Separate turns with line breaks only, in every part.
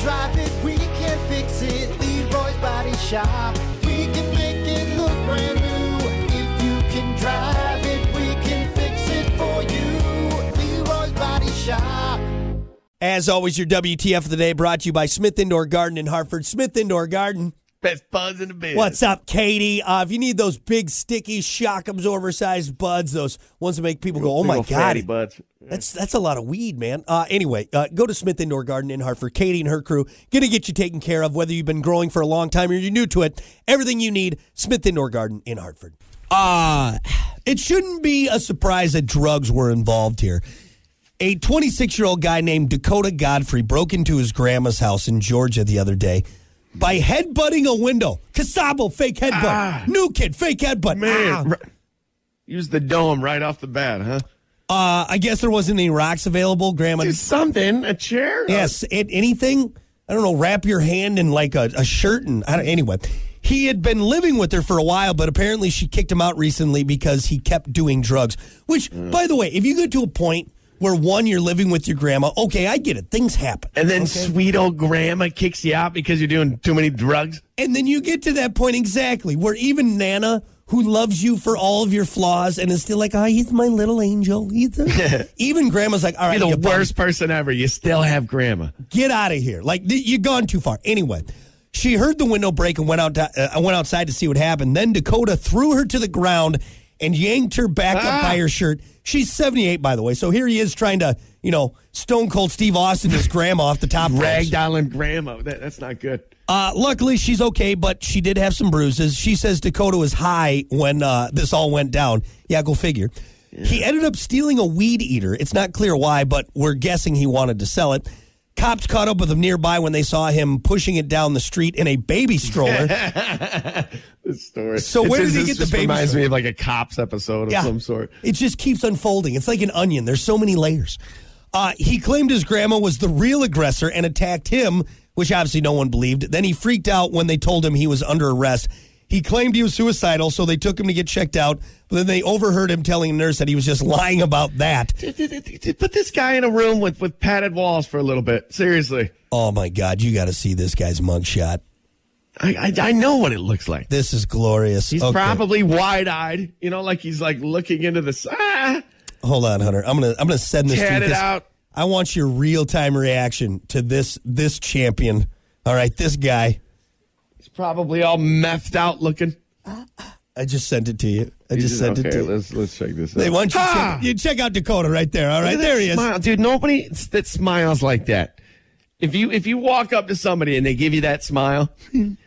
drive it, we can fix it. Leroy's Body Shop. We can make it look brand new. If you can drive it, we can fix it for you. Leroy's Body Shop.
As always, your WTF of the day brought to you by Smith Indoor Garden in Hartford. Smith Indoor Garden.
Best buds in the biz.
What's up, Katie? Uh, if you need those big, sticky, shock absorber sized buds, those ones that make people go, oh
Big
my
ol' fatty
God,
buds.
That's that's a lot of weed, man. Uh, anyway, uh, go to Smith Indoor Garden in Hartford. Katie and her crew gonna get you taken care of, whether you've been growing for a long time or you're new to it. Everything you need, Smith Indoor Garden in Hartford. Uh it shouldn't be a surprise that drugs were involved here. A 26 year old guy named Dakota Godfrey broke into his grandma's house in Georgia the other day by headbutting a window. Casabo, fake headbutt. New kid, fake headbutt.
Man,
Ah.
ri- use the dome right off the bat, huh?
Uh, I guess there wasn't any rocks available. Grandma
Do something. A chair?
Yes, it, anything. I don't know. Wrap your hand in like a, a shirt, and I don't, anyway, he had been living with her for a while, but apparently she kicked him out recently because he kept doing drugs. Which,
Mm.
by the way, if you get to a point where one you're living with your grandma, okay, I get it. Things happen,
And then sweet old grandma kicks you out because you're doing too many drugs.
and then you get to that point exactly where even Nana. Who loves you for all of your flaws and is still like, ah, he's my little angel. He's a-" Even grandma's like, all right,
You're the
you probably-
worst person ever. You still have grandma.
get out of here. Like th- you've gone too far. Anyway, she heard the window break and went out. To, uh, went outside to see what happened. Then Dakota threw her to the ground and yanked her back up
Ah.
by her shirt. She's seventy eight, by the way. So here he is trying to, you know, Stone Cold Steve Austin his grandma off the top. ropes.
Ragdolling grandma. That, that's not good.
Uh, luckily, she's okay, but she did have some bruises. She says Dakota was high when uh, this all went down. Yeah, go figure. He ended up stealing a weed eater. It's not clear why, but we're guessing he wanted to sell it. Cops caught up with him nearby when they saw him pushing it down the street in a baby stroller.
This story.
So
It's
where
just-
did he
this
get the
just
baby
Reminds
story?
me of like a cops episode of some sort.
It just keeps unfolding. It's like an onion. There's so many layers. Uh, he claimed his grandma was the real aggressor and attacked him, which obviously no one believed. Then he freaked out when they told him he was under arrest. He claimed he was suicidal, so they took him to get checked out. But then they overheard him telling a nurse that he was just lying about that.
Put this guy in a room with with padded walls for a little bit. Seriously,
Oh my God, you got to see this guy's mugshot.
I I, I know what it looks like.
This is glorious.
He's
Okay.
probably wide eyed. You know, like he's like looking into the ah,
Hold on, Hunter. I'm gonna I'm gonna send this to you.
Tat it
'cause
out.
I want your real time reaction to this this champion. All right, this guy.
He's probably all methed out looking.
I just sent it to you. I just sent
okay,
it to you.
Let's let's check this out.
They want you to
Ah!
check, you check out Dakota right there. All right,
Look at
there
that
he is.
smile. dude. Nobody s- that smiles like that. If you if you walk up to somebody and they give you that smile,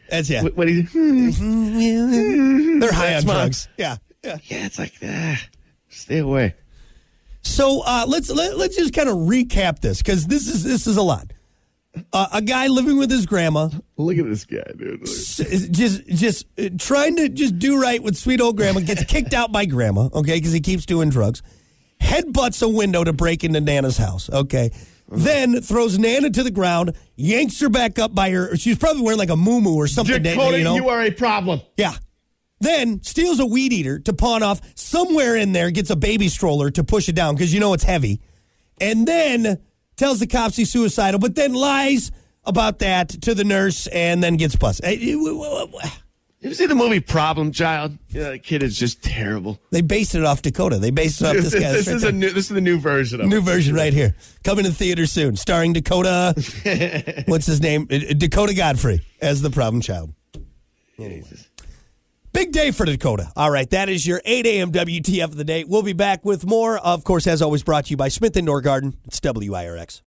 That's yeah.
what, what do you? hmm,
They're high on
That's mine.
drugs. Yeah. yeah.
Yeah, it's like ah, stay away.
So uh, let's let, let's just kind of recap this because this is this is a lot. Uh, a guy living with his grandma,
Look at this guy, dude. Look.
s- is just just uh, trying to just do right with sweet old grandma, gets kicked out by grandma, okay, because he keeps doing drugs. Headbutts a window to break into Nana's house, okay. Then throws Nana to the ground, yanks her back up by her. She was probably wearing like a muumuu or something. that-
Dakota,
you, know?
you are a problem.
Yeah. Then steals a weed eater to pawn off somewhere in there, gets a baby stroller to push it down because you know it's heavy. And then tells the cops he's suicidal, but then lies about that to the nurse and then gets busted. Eh, eh, wha- wha- wha-
You ever see the movie Problem Child? Yeah, that kid is just terrible.
They based it off Dakota. They based it off
This,
this guy.
this is a new, this is the new version of
new
it.
version right here. Coming to theater soon, starring Dakota. what's his name? Eh, eh, Dakota Godfrey as the problem child.
Jesus.
Big day for Dakota. All right, that is your 8 a.m. WTF of the day. We'll be back with more. Of course, as always, brought to you by Smith Indoor Garden. It's WIRX.